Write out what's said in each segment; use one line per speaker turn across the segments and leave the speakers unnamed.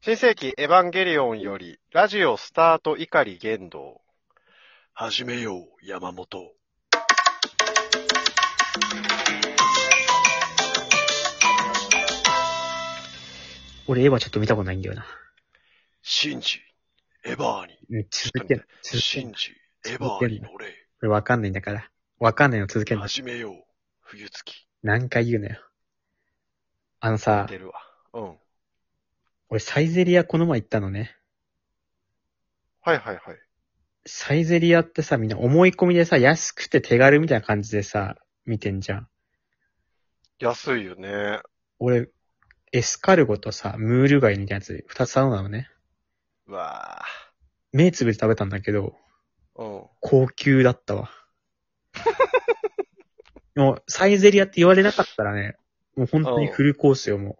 新世紀エヴァンゲリオンより、ラジオスタート碇玄道。
始めよう、山本。
俺エヴァちょっと見たことないんだよな。
シンジ、エバーに、
うん、続けん。続け
シ
ん
ン。ジ、エバーに乗れ。
これわかんないんだから。わかんないの続けんの。
始めよう、冬月。
何回言うなよ。あのさ
出、るわ。うん。はい
俺サイゼリアこの前行ったのね。
はいはい。
サイゼリアってさ、みんな思い込みでさ、安くて手軽みたいな感じでさ、見てんじゃん。
安いよね。
俺、エスカルゴとさ、ムール貝みたいなやつ、二つ頼んだのね。
うわ
目つぶって食べたんだけど、
ぁ。うん。
高級だったわ。もう、サイゼリアって言われなかったらね、もう本当にフルコースよ、も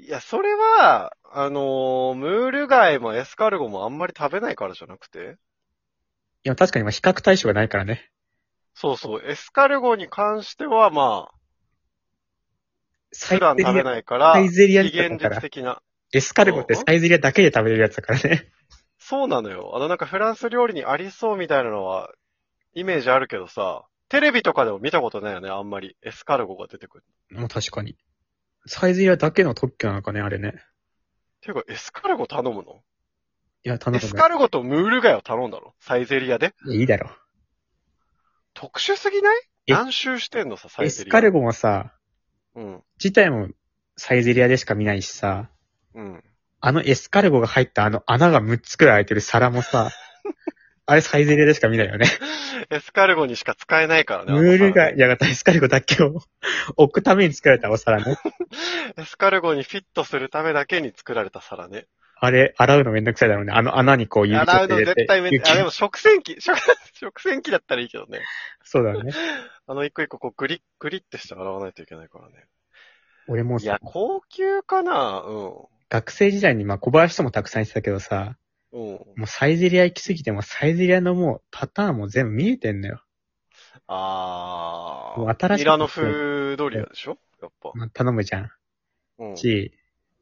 いや、それは、あのームール貝もエスカルゴもあんまり食べないからじゃなくて
う。いや、確かにまあ比較対象がないからね。
そうそう、エスカルゴに関しては、まあ、
サイ
普
ゼ
段
リ
食べ
ア、
ないから、
サイゼリア
非
にだ
現
か
実
ら、
的な。
エスカルゴってサイゼリアだけで食べれるやつだからね。
そうなのよ。あの、なんかフランス料理にありそうみたいなのは、イメージあるけどさ、テレビとかでも見たことないよね、あんまり。エスカルゴが出てくる。
もう確かに。サイゼリアだけの特許なのかね、あれね。
ていうか、エスカルゴ頼むの
いや、頼
エ
む
スカルゴとムール貝を頼んだのサイゼリアで
いいだろ。
特殊すぎない
え
何周してんのさ、サ
エ
イゼ
ス
リア。
カルゴもさ、
うん。
自体もサイゼリアでしか見ないしさ、
うん。
あのエスカルゴが入ったあの穴が6つくらい開いてる皿 もさ、あれサイゼリアでしか見ないよね。
エスカルゴにしか使えないからね。
ムールが、
あの
やがたエスカルゴだけを 置くために作られたお皿
皿
ね。
ねエスカルゴにフィットするためだけに作られた皿ね。
あれ、洗うのめんどくさいだろうね。あの穴にこう指ちょっと
洗うの
入れて
絶対め
ぎゅっぎゅ
あ、
っ
でも食洗機、食 食洗機だったらいいけどね。
そうだね。
あの一個一個こうグリッ、グリってして洗わないといけないからね。
俺も
いや
さ、、
高級かなう
学生時代にまあ小林ともたくさんしてたけどさ、
ん。うん。
もうサイゼリア行きすぎてもサイゼリアのもうパターンも全部見えてんのよ。
あ
もう
ー。
新し
ミ
い
ラノ風ドリアでしょやっぱ。
まあ、頼むじゃん。
うん。
し、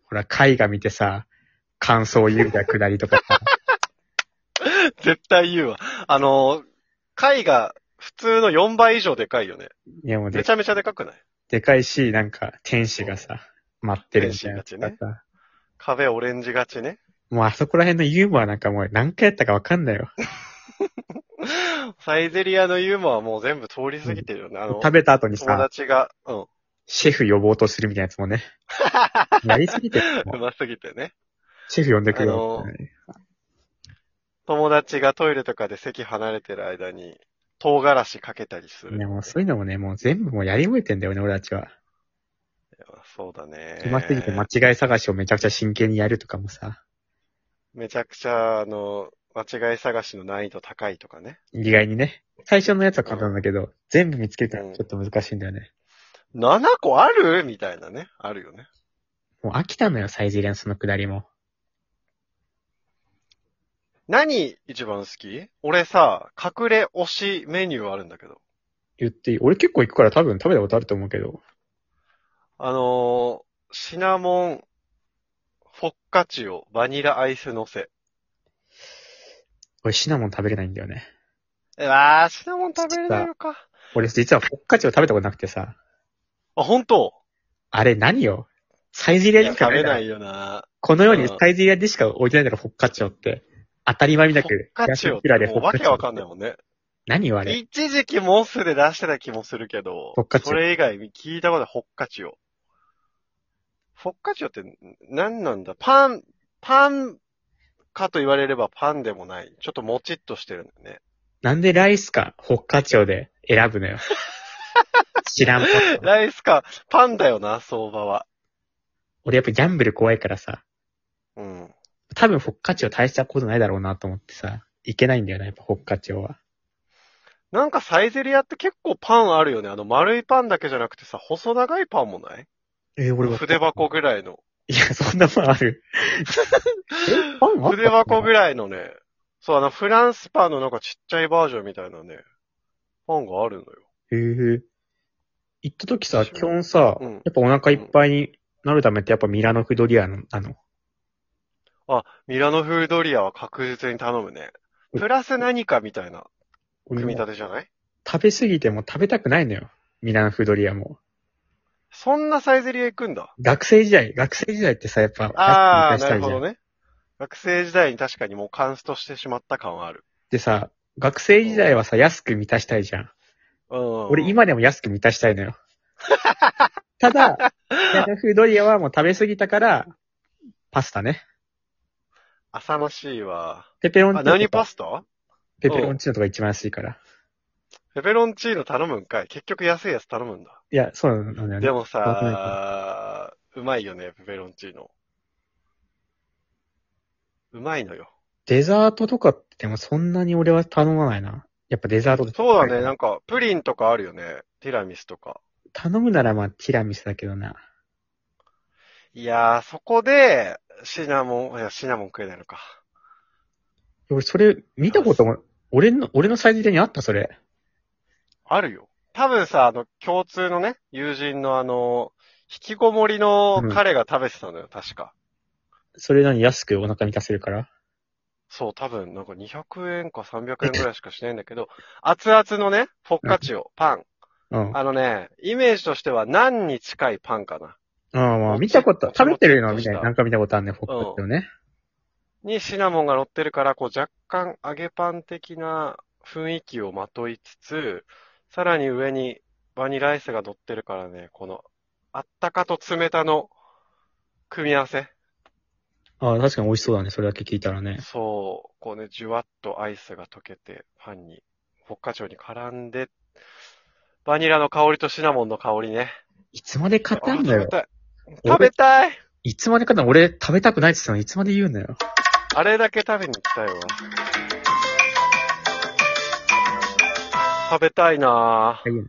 ほら絵画見てさ、感想を言うみたいなくだりとか さ。
絶対言うわ。あの、貝が普通の4倍以上でかいよね。
いやもう
め
で
ちゃめちゃでかくない
でかいし、なんか天使がさ、待ってるみたいなとか
天使
さ。
壁オレンジがちね。
もうあそこら辺のユーモアなんかもう何回やったかわかんないよ。
サイゼリアのユーモアはもう全部通り過ぎてるよね。あの、
食べた後に
友
さ、
達が、うん。
シェフ呼ぼうとするみたいなやつ もね。やりすぎてるも
う
う
ますぎてね。
シェフ呼んでくるよ、
あ友達がトイレとかで席離れてる間に、唐辛子かけたりする。
ね、もうそういうのもね、もう全部もうやり終えてんだよね、俺たちは。
そうだね。
暇すぎて間違い探しをめちゃくちゃ真剣にやるとかもさ、
めちゃくちゃ、あの、間違い探しの難易度高いとかね。
意外にね。最初のやつは簡単だけど、全部見つけたらちょっと難しいんだよね。
7個あるみたいなね。あるよね。
もう飽きたのよ、サイゼリアのそのくだりも。
何一番好き俺さ、隠れ推しメニューあるんだけど。
言っていい俺結構行くから多分食べたことあると思うけど。
あのーシナモン、フォッカチオ、バニラアイス乗せ。
俺シナモン食べれないんだよね。
うわー、シナモン食べれないのか。
俺実はフォッカチを食べたことなくてさ、
あ、本当
あれ何よサイゼ
い
リア
や、
にしか
食
な
べ
いだろ
ないよな。
このように
うん
サイゼリアでしか置いてないだろ、フォッカチオって。当たり前みたく。
フォッカチオ
安
っ
いくら
て
で
もう
フォッ
わ
カチ
け
オ
わかんないもんね。
何よあれ。
一時期モスで出してた気もするけど
フォッカ、チオ
それ以外聞いたことない、フォッカチオ。フォッカチオって何なんだパン、パンかと言われればパンでもない。ちょっともちっとしてるんだよね。
なんでライスかフォッカチオで選ぶのよ。知らんもん。
ライスか、パンだよな、相場は。
俺やっぱギャンブル怖いからさ、
うん。
多分フォッカチオ大したことないだろうなと思ってさ、いけないんだよな、やっぱフォッカチオは。
なんかサイゼリアって結構パンあるよね。あの丸いパンだけじゃなくてさ、細長いパンもない
え俺
筆箱ぐらいの。
いや、そんなもんある。えパンあった
筆箱ぐ
い。
らいのね、そう、あの、フランスパンのなんかちっちゃいバージョンみたいなね、パンがあるのよ。
へえ。行った時さ、
知らん
基本さ、
うん
やっぱお腹いっぱいになるためってやっぱミラノフドリアの、あの、
あ、ミラノフードリアは確実に頼むね。プラス何かみたいな
俺
組み
も
立てじゃない
食べ過ぎても食べたくないのよ。ミラノフードリアも。
そんなサイゼリア行くんだ。
学生時代、学生時代ってさ、やっぱ、
ああ、
安く
な
食い
る
た
ほ
いじゃん
どね。学生時代に確かにもうカンストしてしまった感はある。
でさ、学生時代はさ、安く満たしたいじゃん。
うん。
俺、今でも安く満たしたいのよ。 た だ、ミラノフードリアはもう食べ過ぎたから、パスタね。
浅ましいわ。
ペペロンチ
あ、
ーノと
何
か
パスタ
ペペロンチーノとか一番安いから。
ペペロンチーノ頼むんかい。結局安いやつ頼むんだ。
いや、そうなのよね。
でも
わかんない
さ、うまいよね、ペペロンチーノ。うまいのよ。
デザートとかってでもそんなに俺は頼まないな。やっぱデザート
そうだね、なんんか、プリンとかあるよね。ティラミスとか。
頼むならまあティラミスだけどな。
いやー、そこで、シナモン、いや、シナモン食えないのか。
俺それ見たことも、俺の、俺のサイズでにあったそれ。
あるよ。多分さ、あの、共通のね、友人のあの、引きこもりの彼が食べてたのよ、確か。
それなに安くお腹満たせるから。
そう、多分、なんか200円か300円ぐらいしかしないんだけど、 熱々のね、フォッカチオ、パン。
うん。あ
あのね、イメージとしては何に近いパンかな。
あ、まあ見たこと、食べてるのは見たい。
うん
なんか見たことあるね、フォックスをね。
にシナモンが乗ってるから、こう若干揚げパン的な雰囲気をまといつつ、さらに上にバニラアイスが乗ってるからね、この、あったかと冷たの組み合わせ。
ああ、確かに美味しそうだね、それだけ聞いたらね。
そう、こうね、じゅわっとアイスが溶けて、パンに、北海道に絡んで、バニラの香りとシナモンの香りね。
いつまで買ったん
あ
だ
食べ
よ。
たい。食べたい
いつまで買ったの俺食べたくないって言ったのにいつまで言うんだよ。
あれだけ食べに行きたいわ。食べたいなぁ。
いいね